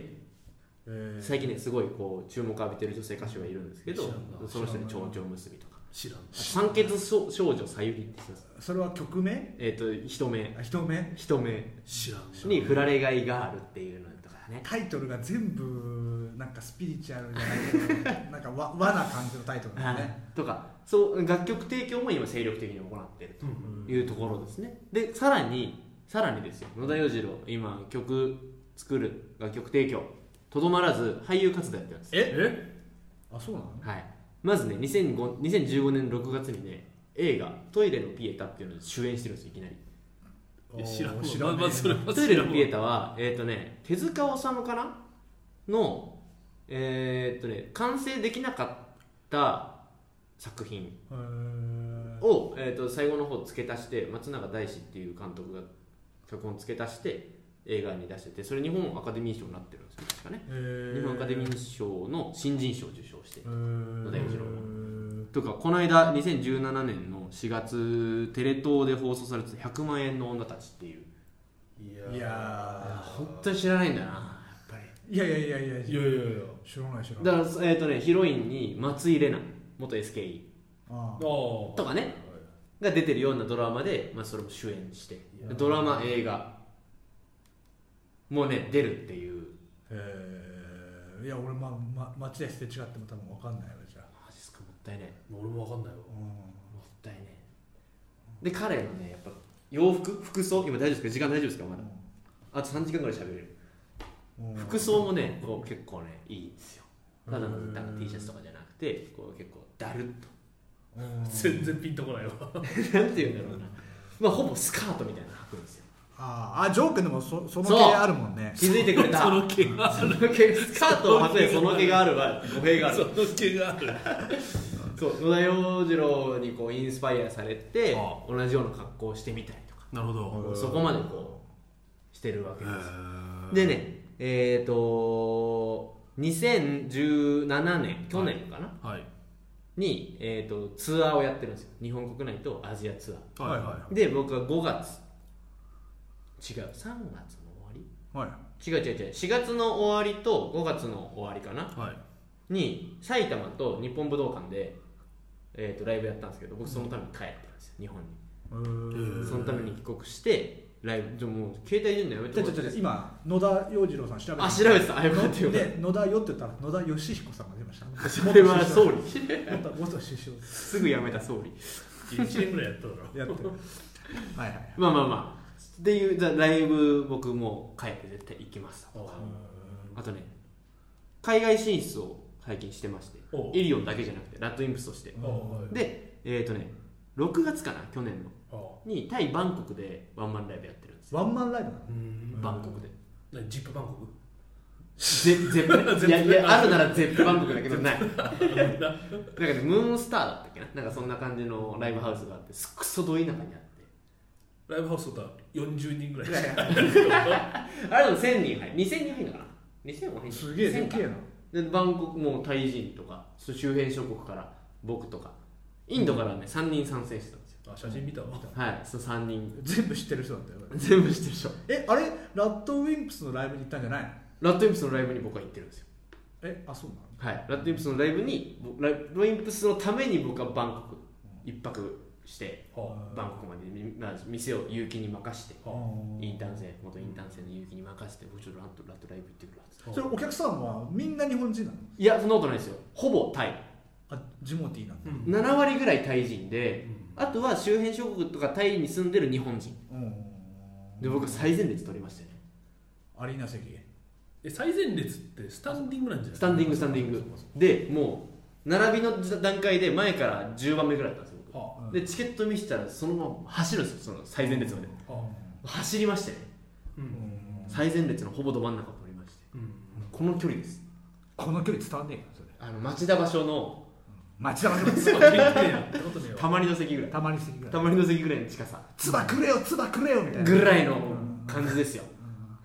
Speaker 3: えー」
Speaker 2: 最近ねすごいこう注目を浴びてる女性歌手がいるんですけど
Speaker 4: 知らんな
Speaker 2: その人に「蝶々結び」とか
Speaker 4: 知らん
Speaker 2: 「酸欠少少女さゆり」って人です
Speaker 3: それは曲名
Speaker 2: えっ、と人目
Speaker 3: あ人名
Speaker 2: 人目
Speaker 4: 知らん
Speaker 2: に「フラレガイガール」っていうのとかね
Speaker 3: タイトルが全部なんかスピリチュアルじゃないけ どなんか和和な感じのタイトルだね
Speaker 2: とかそう楽曲提供も今精力的に行ってるというところですねでさらにさらにですよ野田洋次郎今曲作る楽曲提供とどまらず俳優活動やってるんです
Speaker 4: え
Speaker 3: あそうなの
Speaker 2: はいまずね2005 2015年6月にね映画「トイレのピエタ」っていうので主演してるんですよいきなり
Speaker 4: いや知らんわ
Speaker 3: おー知らんね
Speaker 4: まあそれは
Speaker 2: トイレのピエ
Speaker 4: 知
Speaker 2: タは、えっ、とね、手塚治虫かなの、えっ、とね、完成できなかった作品
Speaker 3: へー
Speaker 2: を、えっ、と、最後の方付け足して、松永大志っていう監督が脚本付け足して、映画に出してて、それ日本アカデミー賞になってるんですよ、確かね。日本アカデミー賞の新人賞を受賞して
Speaker 3: へ。ー
Speaker 2: 野田洋次郎とか、この間、2017年の4月、テレ東で放送されてた100万円の女たちっていう、
Speaker 4: らんわ
Speaker 3: いや
Speaker 2: 本当に知らないんだな。
Speaker 3: ーやっぱいやいやいやいや
Speaker 4: い
Speaker 3: いや
Speaker 4: やいやいや
Speaker 3: 知らない知らない
Speaker 2: だからえっ、とねヒロインに松井玲奈元 SKE
Speaker 3: あ
Speaker 4: ああ
Speaker 2: とかねが出てるようなドラマで、まあ、それも主演してドラマ映画もうね出るっていう
Speaker 3: あへえいや俺まま町ですれ違っても多分わかんないよじゃあ
Speaker 2: マジっすかもったいない
Speaker 4: 俺もわかんないよ
Speaker 3: うん
Speaker 2: もったいないで彼のねやっぱ洋服服装今大丈夫ですか時間大丈夫ですかまだあと3時間ぐらい喋れる
Speaker 3: うん
Speaker 2: 服装もねこう結構ねいいんですよただの
Speaker 3: へー
Speaker 2: なんか T シャツとかじゃなくてこう結構だるっ と
Speaker 3: うん
Speaker 4: 全然ピンとこないわ
Speaker 2: なんていうんだろうなまあほぼスカートみたいなの履くんですよ
Speaker 3: あーあジョークでもそその
Speaker 2: そう
Speaker 3: 系あるもんね
Speaker 2: 気づいてくれた
Speaker 4: その毛が
Speaker 2: その毛スカートを外れその毛があるわ語弊があ
Speaker 4: そ
Speaker 2: る
Speaker 4: の毛がある
Speaker 2: そう野田洋次郎にこうインスパイアされて
Speaker 4: あ
Speaker 2: 同じような格好をしてみたりとか
Speaker 4: なるほど
Speaker 2: そこまでこうしてるわけですよ
Speaker 4: へ
Speaker 2: でねえっ、と2017年去年かな、
Speaker 4: ーはい
Speaker 2: に、えー、とツアーをやってるんですよ日本国内とアジアツア
Speaker 4: はいは
Speaker 2: ーで僕は5月違う3月の終わり
Speaker 3: はい
Speaker 2: 違う違う違う4月の終わりと5月の終わりかない
Speaker 4: はい
Speaker 2: に埼玉と日本武道館で、えー、とライブやったんですけど僕そのために帰ってるんですよ日本に
Speaker 3: うーん
Speaker 2: そのために帰国してライブでももう携帯いじるのやめ
Speaker 3: ち
Speaker 2: て
Speaker 3: ょ
Speaker 2: も
Speaker 3: ち
Speaker 2: ら
Speaker 3: ょ
Speaker 2: っ
Speaker 3: ち
Speaker 2: ていいです
Speaker 3: ょ
Speaker 2: か
Speaker 3: 今野田洋次郎さん調べて
Speaker 2: あ調べてたあよかったよかっ
Speaker 3: で野田よって言ったら野田義彦さんが出ました
Speaker 2: た それは総
Speaker 3: う
Speaker 2: 理
Speaker 3: 元元首相
Speaker 2: すぐ辞めた総理
Speaker 4: 1年ぐらいやっただろ
Speaker 3: やってるはいはい
Speaker 2: まあまあまあっていうだライブ僕もう帰って絶対行きますとかあとね海外進出を最近してまして
Speaker 4: おう
Speaker 2: イリオンだけじゃなくてラッドインプスとして
Speaker 4: あはい
Speaker 2: でえっ、とね6月かな去年の
Speaker 4: あ
Speaker 2: にタイバンコクでワンマンライブやってるんですよ
Speaker 3: ワンマンライブなの
Speaker 4: うん
Speaker 2: バンコクで
Speaker 4: 何ジップバンコク
Speaker 2: ゼゼ ップいやいやあるならゼップバンコクだけどないなんかねムーンスターだったっけななんかそんな感じのライブハウスがあってすっくそど田舎にあって
Speaker 4: ライブハウスとったら40人ぐらい
Speaker 3: いやいや
Speaker 2: あれでも1000人入る2000人入るのかな2000は入る
Speaker 3: すげえで
Speaker 2: 1000か
Speaker 3: けえな
Speaker 2: でバンコクもうタイ人とかそ周辺諸国から僕とかインドからね、3人参戦してたんですよ
Speaker 4: あ写真見たわ
Speaker 2: はいその3人
Speaker 3: 全部知ってる人だったよ俺
Speaker 2: 全部知ってるでしょ
Speaker 3: えあれラッドウィンプスのライブに行ったんじゃないの
Speaker 2: ラッドインプスのライブに僕は行ってるんですよ
Speaker 3: えあそうなの
Speaker 2: はいラッドインプスのライブにぼラッドインプスのために僕はバンコク一泊して
Speaker 4: は
Speaker 2: バンコクまでみ、まあ、店を結城に任してインターン生元インターン生の結城に任せて僕ちょっとラッドラッドライブ行ってくるわっつって
Speaker 4: あ
Speaker 3: それお客さんはみんな日本人なの
Speaker 2: いやそんなことないですよほぼタイ
Speaker 3: あジモティーなんだ
Speaker 4: う
Speaker 2: 7
Speaker 4: ん
Speaker 2: 割ぐらいタイ人で
Speaker 4: うん
Speaker 2: あとは周辺諸国とかタイに住んでる日本人
Speaker 3: うん
Speaker 2: で僕は最前列取りましたよね
Speaker 3: アリーナ席
Speaker 4: え最前列ってスタンディングなんじゃない
Speaker 2: スタンディングスタンディングでもう並びの段階で前から10番目ぐらいだったんですよ
Speaker 4: は
Speaker 3: うん
Speaker 2: 僕でチケット見せたらそのまま走るんですよその最前列まで
Speaker 4: あは
Speaker 2: 走りましたよね
Speaker 4: あうん
Speaker 2: 最前列のほぼど真ん中を通りまして
Speaker 4: うん
Speaker 2: この距離です
Speaker 3: この距離伝わんねえからそれ
Speaker 2: あの町田場所の
Speaker 3: 町田の
Speaker 4: そんなことねえよそんなことねえよ
Speaker 2: たまりの席ぐらい
Speaker 3: たまに席ぐら
Speaker 2: たまりの席ぐらいの近さ
Speaker 3: つばくれよつばくれよみたいな
Speaker 2: ぐらいの感じですよ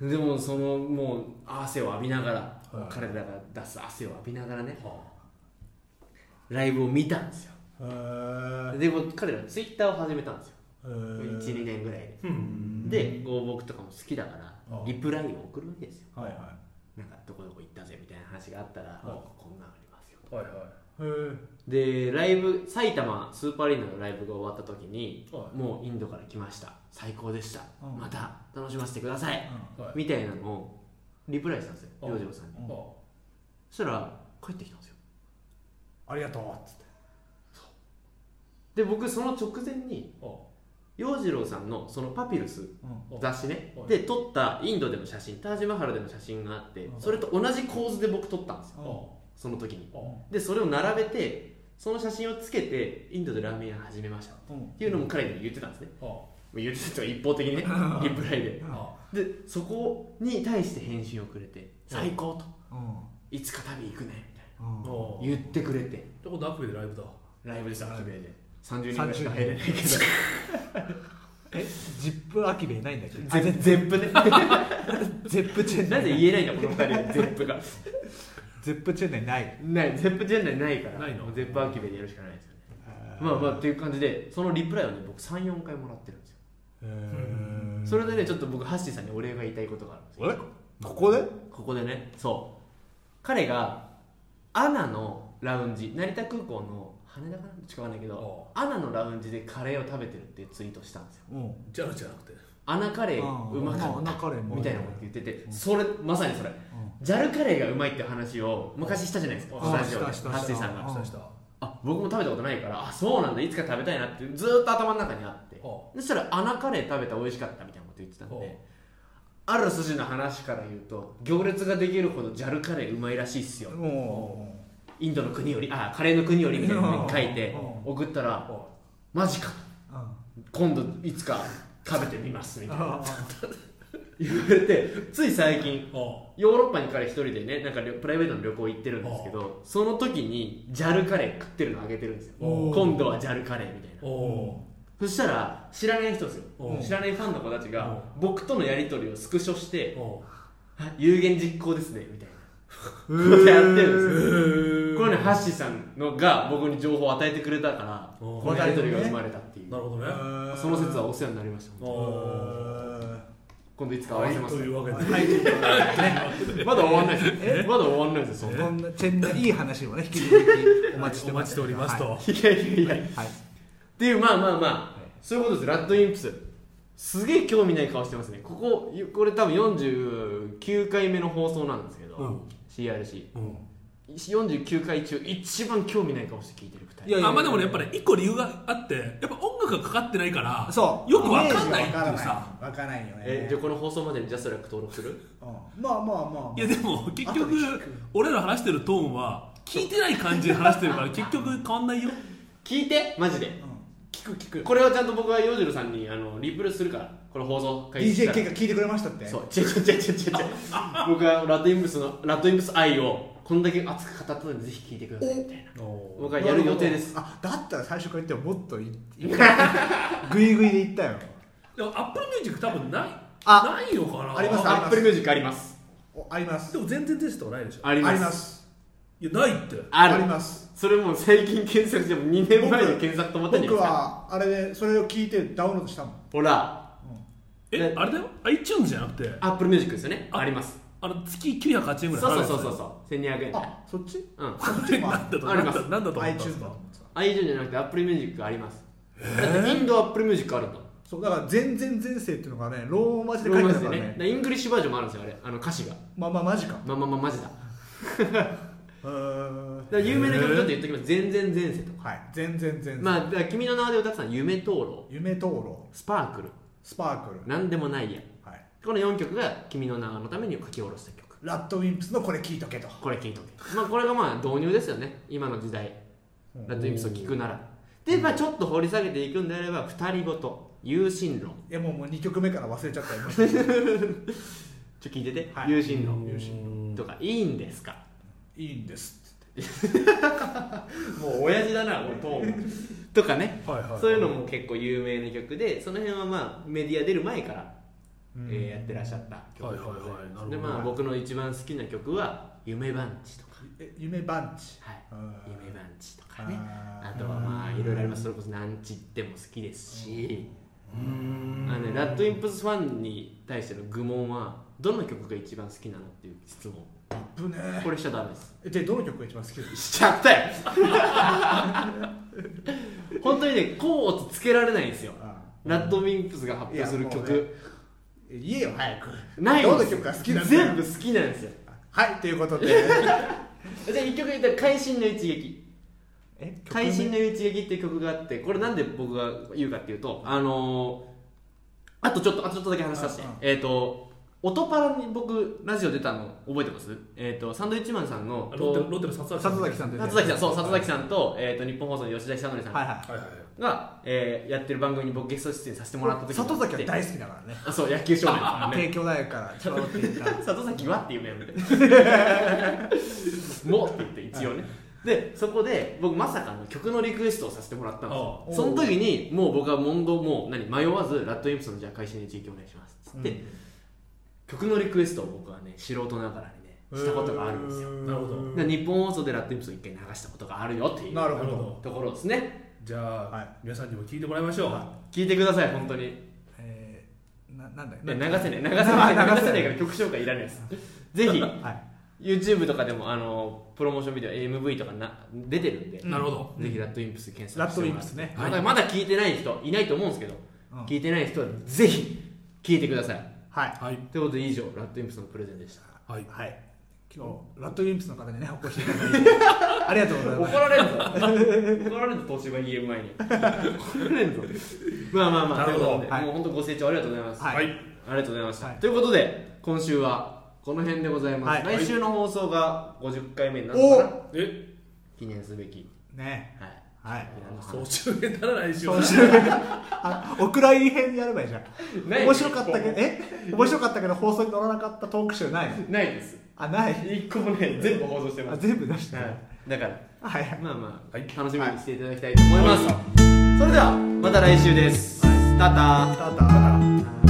Speaker 2: でもそのもう汗を浴びながら
Speaker 3: はい
Speaker 2: 彼らが出す汗を浴びながらね
Speaker 4: は
Speaker 2: ライブを見たんですよ
Speaker 3: へー
Speaker 2: でも彼らツイッターを始めたんですよ
Speaker 3: へー
Speaker 2: 12年ぐらい
Speaker 4: あうん
Speaker 2: ででこう僕とかも好きだから
Speaker 3: ああ
Speaker 2: リプライを送るわけですよ
Speaker 3: はいは
Speaker 2: なんかどこどこ行ったぜみたいな話があったら僕こんなんありますよ
Speaker 4: はいはい
Speaker 3: いへ
Speaker 2: で
Speaker 3: ー
Speaker 2: ライブ埼玉スーパーアリーナのライブが終わった時に
Speaker 4: はい
Speaker 2: もうインドから来ました最高でした
Speaker 3: うん
Speaker 2: また楽しませてください
Speaker 4: はい
Speaker 2: みたいなのをリプライしたんですよ
Speaker 4: あ
Speaker 2: 洋次郎さんに
Speaker 3: うん
Speaker 4: は
Speaker 2: そしたら帰ってきたんですよ
Speaker 3: ありがとうっつって
Speaker 2: で僕その直前に
Speaker 4: あは
Speaker 2: 洋次郎さんのそのパピルス
Speaker 3: うん
Speaker 4: あ
Speaker 2: 雑誌ね
Speaker 4: はい
Speaker 2: で撮ったインドでの写真タージマハルでの写真があって
Speaker 3: うん
Speaker 2: それと同じ構図で僕撮ったんですよ
Speaker 4: あ
Speaker 2: その時に
Speaker 4: ああ
Speaker 2: でそれを並べてその写真をつけてインドでラーメン屋始めましたっ
Speaker 3: うん
Speaker 2: ていうのも彼に言ってたんですね
Speaker 4: あ
Speaker 2: もう言ってたというか一方的にね リプライで
Speaker 4: あ
Speaker 2: でそこに対して返信をくれて「最高」と
Speaker 3: うん
Speaker 2: 「いつか旅行くね」みたい
Speaker 3: うん
Speaker 2: な言ってくれて
Speaker 4: ってことはアクベでライブだ
Speaker 2: ライブでしたアキベで30人ぐらいしか入れないけど
Speaker 3: えジップアキベいないんだっけ
Speaker 2: ゼゼップね
Speaker 3: ゼップチェンナ
Speaker 2: な
Speaker 3: イ
Speaker 2: ぜ言えないんだこの2人ゼップが
Speaker 3: ゼップチェンナイない
Speaker 2: ないゼップジェンダーないから
Speaker 4: ないの
Speaker 2: ゼップアキベでやるしかないですよねまあまあっていう感じでそのリプライをね僕34回もらってるんですよ
Speaker 3: へー
Speaker 2: それでねちょっと僕ハッシーさんにお礼が言いたいことがあるんです
Speaker 3: あれ
Speaker 2: よ
Speaker 3: ここで
Speaker 2: ここでねそう彼がアナのラウンジ成田空港の羽田かなちょっとわかんないけどアナのラウンジでカレーを食べてるっていうツイートしたんですよ
Speaker 3: うん
Speaker 4: じゃあじゃなくて
Speaker 2: アナカレーうまか
Speaker 3: ああ
Speaker 2: った
Speaker 3: まあアナカレーも
Speaker 2: みたいなこと言っててそれまさにそれジャルカレーがうまいって話を昔したじゃないですか
Speaker 4: あ
Speaker 2: スタジオで
Speaker 3: したしたした
Speaker 2: ハッシーさん
Speaker 3: あ
Speaker 2: が
Speaker 4: したしたあ
Speaker 2: あ僕も食べたことないからあそうなんだいつか食べたいなってずーっと頭の中にあって
Speaker 4: あ
Speaker 2: そしたらアナカレー食べた美味しかったみたいなこと言ってたんである筋の話から言うと行列ができるほどジャルカレーうまいらしいっすよ
Speaker 3: も
Speaker 2: インドの国よりあカレーの国よりみたいなのに書いて
Speaker 3: う
Speaker 2: 送ったら
Speaker 4: あ
Speaker 2: マジか
Speaker 3: うんうん
Speaker 2: 今度いつか食べてみますみたいな
Speaker 3: あ
Speaker 2: 言われてつい最近
Speaker 4: あ
Speaker 2: ヨーロッパに彼一人でねなんかりょプライベートの旅行行ってるんですけどその時に JAL カレー食ってるのあげてるんですよ
Speaker 3: おー
Speaker 2: 今度は JAL カレーみたいな
Speaker 4: おお
Speaker 2: そしたら知らない人ですよ
Speaker 4: お
Speaker 2: 知らないファンの子たちが僕とのやり取りをスクショして
Speaker 4: お
Speaker 2: あ有言実行ですねみたいな
Speaker 3: う
Speaker 2: これやってるんですよ
Speaker 4: へえ
Speaker 2: これねハッシーさんのが僕に情報を与えてくれたから
Speaker 4: お
Speaker 2: こ
Speaker 4: ー
Speaker 2: のやり取りが生まれたっていう
Speaker 4: なるほどね
Speaker 2: その説はお世話になりました
Speaker 4: あ
Speaker 2: 今度いつか
Speaker 4: あ
Speaker 2: 合
Speaker 4: は
Speaker 2: わ
Speaker 4: い
Speaker 2: せま
Speaker 4: と
Speaker 2: す
Speaker 4: いうわけで
Speaker 3: はいということで
Speaker 2: まだ終わんないですまだ終わんないですよそんな
Speaker 3: こんなチェンナイいい話をね引き続きお待ちして
Speaker 4: お待ちしておりますと、
Speaker 3: はい
Speaker 2: いやいやいやっ
Speaker 3: はい
Speaker 2: ていうまあまあまあそういうことですラッドインプスすげえ興味ない顔してますねこここれ多分49回目の放送なんですけど、
Speaker 4: うん
Speaker 2: CRC49
Speaker 4: うん
Speaker 2: 回中一番興味ない顔して聞いてる2人
Speaker 3: いやいや
Speaker 4: あまあでもねやっぱり一個理由があってやっぱ音楽がかかってないから
Speaker 3: そう
Speaker 4: よくわかんないっていうさ
Speaker 3: わからないよね
Speaker 2: えじゃあこの放送までにジャスラック登録する
Speaker 3: うんまあまあまあ
Speaker 4: いやでも結局
Speaker 3: 後で聞く
Speaker 4: 俺らの話してるトーンは聞いてない感じで話してるから結局変わんないよ
Speaker 2: 聞いてマジで
Speaker 3: うん聞く聞く
Speaker 2: これはちゃんと僕は洋次郎さんにあのリプルするからこの放送開始したら
Speaker 3: DJK が聞いてくれましたって
Speaker 2: そう違う違う違う違う違う僕はラッドインプスのラッドインプス愛をこんだけ熱く語ったのでぜひ聞いてくださいみたいな僕はやる予定です
Speaker 3: あだったら最初から言ってももっとい グイグイで言ったよ
Speaker 4: でもアップルミュージック多分ない
Speaker 3: あ
Speaker 4: ないのかな
Speaker 3: あります
Speaker 2: アップルミュージックあります
Speaker 3: おあります
Speaker 4: でも全然テストはないでしょ
Speaker 2: あ
Speaker 3: あ
Speaker 2: ります
Speaker 3: す
Speaker 4: いやないって
Speaker 2: ある
Speaker 3: あります
Speaker 2: それもう最近検索しても2年前の検索と思ったんじゃないです
Speaker 3: 僕
Speaker 2: か
Speaker 3: はあれでそれを聞いてダウンロードしたもん
Speaker 2: ほら
Speaker 4: え
Speaker 2: ね
Speaker 4: あれだよ iTunes じゃなくて
Speaker 2: アップルミュージックですよね
Speaker 4: あ
Speaker 2: あります
Speaker 4: あの月980円
Speaker 2: そ
Speaker 4: ぐ
Speaker 2: う
Speaker 4: ら
Speaker 2: そうう
Speaker 4: い払やつ
Speaker 2: そうそうそう1200円
Speaker 3: あそっち
Speaker 2: うん
Speaker 3: そっちも
Speaker 4: なんだと
Speaker 2: あります
Speaker 4: なんだなんだと思ったんです
Speaker 3: iTunes だ
Speaker 4: か
Speaker 3: と思ってた
Speaker 2: 愛情じゃなくてアップルミュージックありますだってインドアップルミュージックあるんだもん
Speaker 3: そうだから全然前世っていうのがねローマ字で書いて
Speaker 2: ローマ
Speaker 3: ある
Speaker 2: 字
Speaker 3: か
Speaker 2: で
Speaker 3: ら
Speaker 2: ねだか
Speaker 3: ね
Speaker 2: らイングリッシュバージョンもあるんですよあれあの歌詞が
Speaker 3: まあまあマジか
Speaker 2: まあまあまあマジだ
Speaker 3: うーん
Speaker 2: だから有名な曲ちょっと言っときます「全然前世」とか
Speaker 3: はい全然全然
Speaker 2: まあだから君の名はで歌ってたのは「夢灯籠」
Speaker 3: 夢灯籠
Speaker 2: 「スパークル」
Speaker 3: スパークル
Speaker 2: 「なんでもないや
Speaker 3: はい」
Speaker 2: この4曲が君の名のために書き下ろした曲
Speaker 3: ラッドウィンプスのこれ聞いとけと
Speaker 2: これ聴いとけまあこれがまあ導入ですよね今の時代
Speaker 3: うん
Speaker 2: ラッドインプスを聴くならでまあちょっと掘り下げていくんであれば「二人ごと」「有心論
Speaker 3: いやもうもう2曲目から忘れちゃったよ」
Speaker 2: ちょ聞いてて
Speaker 3: は
Speaker 2: 「
Speaker 3: い
Speaker 2: 有心論
Speaker 3: 有心」
Speaker 2: とか「いいんですか」
Speaker 3: いいんですっつって
Speaker 2: もう親父だなこのトーン とかね
Speaker 4: はいはいはい
Speaker 2: そういうのも結構有名な曲でその辺はまあメディア出る前から、
Speaker 3: うん
Speaker 2: えーやってらっしゃった曲
Speaker 4: はいはいはいなるほど
Speaker 2: でまあ僕の一番好きな曲は「夢番地」とか
Speaker 3: え夢バンチ
Speaker 2: 「はい、
Speaker 3: あー
Speaker 2: 夢番地」とかね
Speaker 3: あ
Speaker 2: あ
Speaker 3: ー
Speaker 2: とはまあいろいろありますそれこそ「なんちって」も好きですしあの、ね、ラッドインプスファンに対しての愚問はどの曲が一番好きなのっていう質問
Speaker 3: ぶねー
Speaker 2: これしちゃダメです
Speaker 3: えでどの曲が一番好きです
Speaker 2: しちゃったよ 本当にねこうつけられないんですよ
Speaker 3: か
Speaker 2: ラッドウィンプスが発表する曲、
Speaker 3: いやもえ言えよ早く
Speaker 2: ないんで
Speaker 3: どの
Speaker 2: すよ
Speaker 3: 曲が好きなんだよ
Speaker 2: 全部好きなんですよ
Speaker 3: はいというこ とで
Speaker 2: じゃあ1曲言ったら「会心の一撃」
Speaker 3: え
Speaker 2: 「
Speaker 3: 曲名
Speaker 2: 会心の一撃」っていう曲があってこれなんで僕が言うかっていうとあのー、あとちょっとあとちょっとだけ話させて
Speaker 3: うんうん
Speaker 2: えっ、ー、と音パラに僕ラジオ出たの覚えてますえっ、ー、とサンドイッチマンさんの
Speaker 4: あロッテロッテの里崎
Speaker 3: 里崎さん出てる
Speaker 2: 里崎さんそう里崎さんと,、えー、と日本放送の吉田久典さん
Speaker 3: はいは
Speaker 4: はいはい
Speaker 2: が、えーやってる番組に僕ゲスト出演させてもらった
Speaker 3: い
Speaker 2: 時
Speaker 3: 里崎は
Speaker 2: は
Speaker 3: 大好きだか らね
Speaker 2: あそう野球少 年だからね
Speaker 3: 帝京大学からちょろって言った
Speaker 2: 里崎はっていうの やめてもうって言って一応ねでそこで僕まさかの曲のリクエストをさせてもらったんですよ
Speaker 3: ああ
Speaker 2: その時にもう僕は問答もう何迷わず「ラッドインプスのじゃあ会社に一撃お願いします」っつって、
Speaker 3: うん
Speaker 2: 曲のリクエストを僕はね素人ながらにねしたことがあるんですよ
Speaker 4: なるほど
Speaker 2: で日本放送でラッドインプスを一回流したことがあるよっていう
Speaker 3: なるほ
Speaker 4: なるほ
Speaker 3: ど
Speaker 4: ど
Speaker 2: ところですね
Speaker 4: じゃあ、
Speaker 3: はい
Speaker 4: 皆さんにも聞いてもらいましょう、
Speaker 2: 聞いてください本当に
Speaker 3: えーななんだよ
Speaker 2: いや流せ
Speaker 3: は
Speaker 2: ない流せない流せないから曲紹介いらないですぜひ
Speaker 3: い
Speaker 2: YouTube とかでもあのプロモーションビデオ MV とかな出てるんで
Speaker 4: なるほど
Speaker 2: ぜひラッドインプス検索
Speaker 3: ラッ
Speaker 2: して
Speaker 3: ドウィ
Speaker 2: も
Speaker 3: ン
Speaker 2: ら
Speaker 3: プ
Speaker 2: っ
Speaker 3: ス
Speaker 2: て
Speaker 3: ね
Speaker 2: まだまだ聞いてない人いないと思うんですけど、
Speaker 3: うん
Speaker 2: 聞いてない人はぜひ聞いてください
Speaker 3: はい
Speaker 4: はい
Speaker 2: ということで以上ラッドインプスのプレゼンでした
Speaker 4: はい
Speaker 3: はい今日ラッドウィンプスの方にねお越しいただいてありがとうござい
Speaker 2: 怒
Speaker 3: ます
Speaker 2: られるぞ怒られるぞ東芝に言う前に 怒られるぞまあまあまあ
Speaker 4: なるほど
Speaker 2: ということで、
Speaker 3: はい
Speaker 2: もう本当ご清聴ありがとうございます、
Speaker 3: はい
Speaker 2: ありがとうございました、
Speaker 3: はい
Speaker 2: ということで今週はこの辺でございます、
Speaker 3: はい
Speaker 2: 来週の放送が50回目になるのかな
Speaker 4: え
Speaker 2: 記念すべき
Speaker 3: ね
Speaker 2: はい
Speaker 3: はい
Speaker 4: 総集編ならないしよ
Speaker 3: 面白いあお蔵入り編やればいいじゃん
Speaker 2: ない
Speaker 3: 面白かったけどえ面白かったけど放送に乗らなかったトークショーないの
Speaker 2: ないです
Speaker 3: あない
Speaker 2: 一個もね全部放送してま
Speaker 3: あ
Speaker 2: す
Speaker 3: 全部出して
Speaker 2: は
Speaker 3: ない
Speaker 2: いだから
Speaker 3: はいはい
Speaker 2: まあまあ、
Speaker 4: はい
Speaker 2: 楽しみにしていただきたいと思います、それではまた来週です、タタ
Speaker 3: ただ
Speaker 2: ー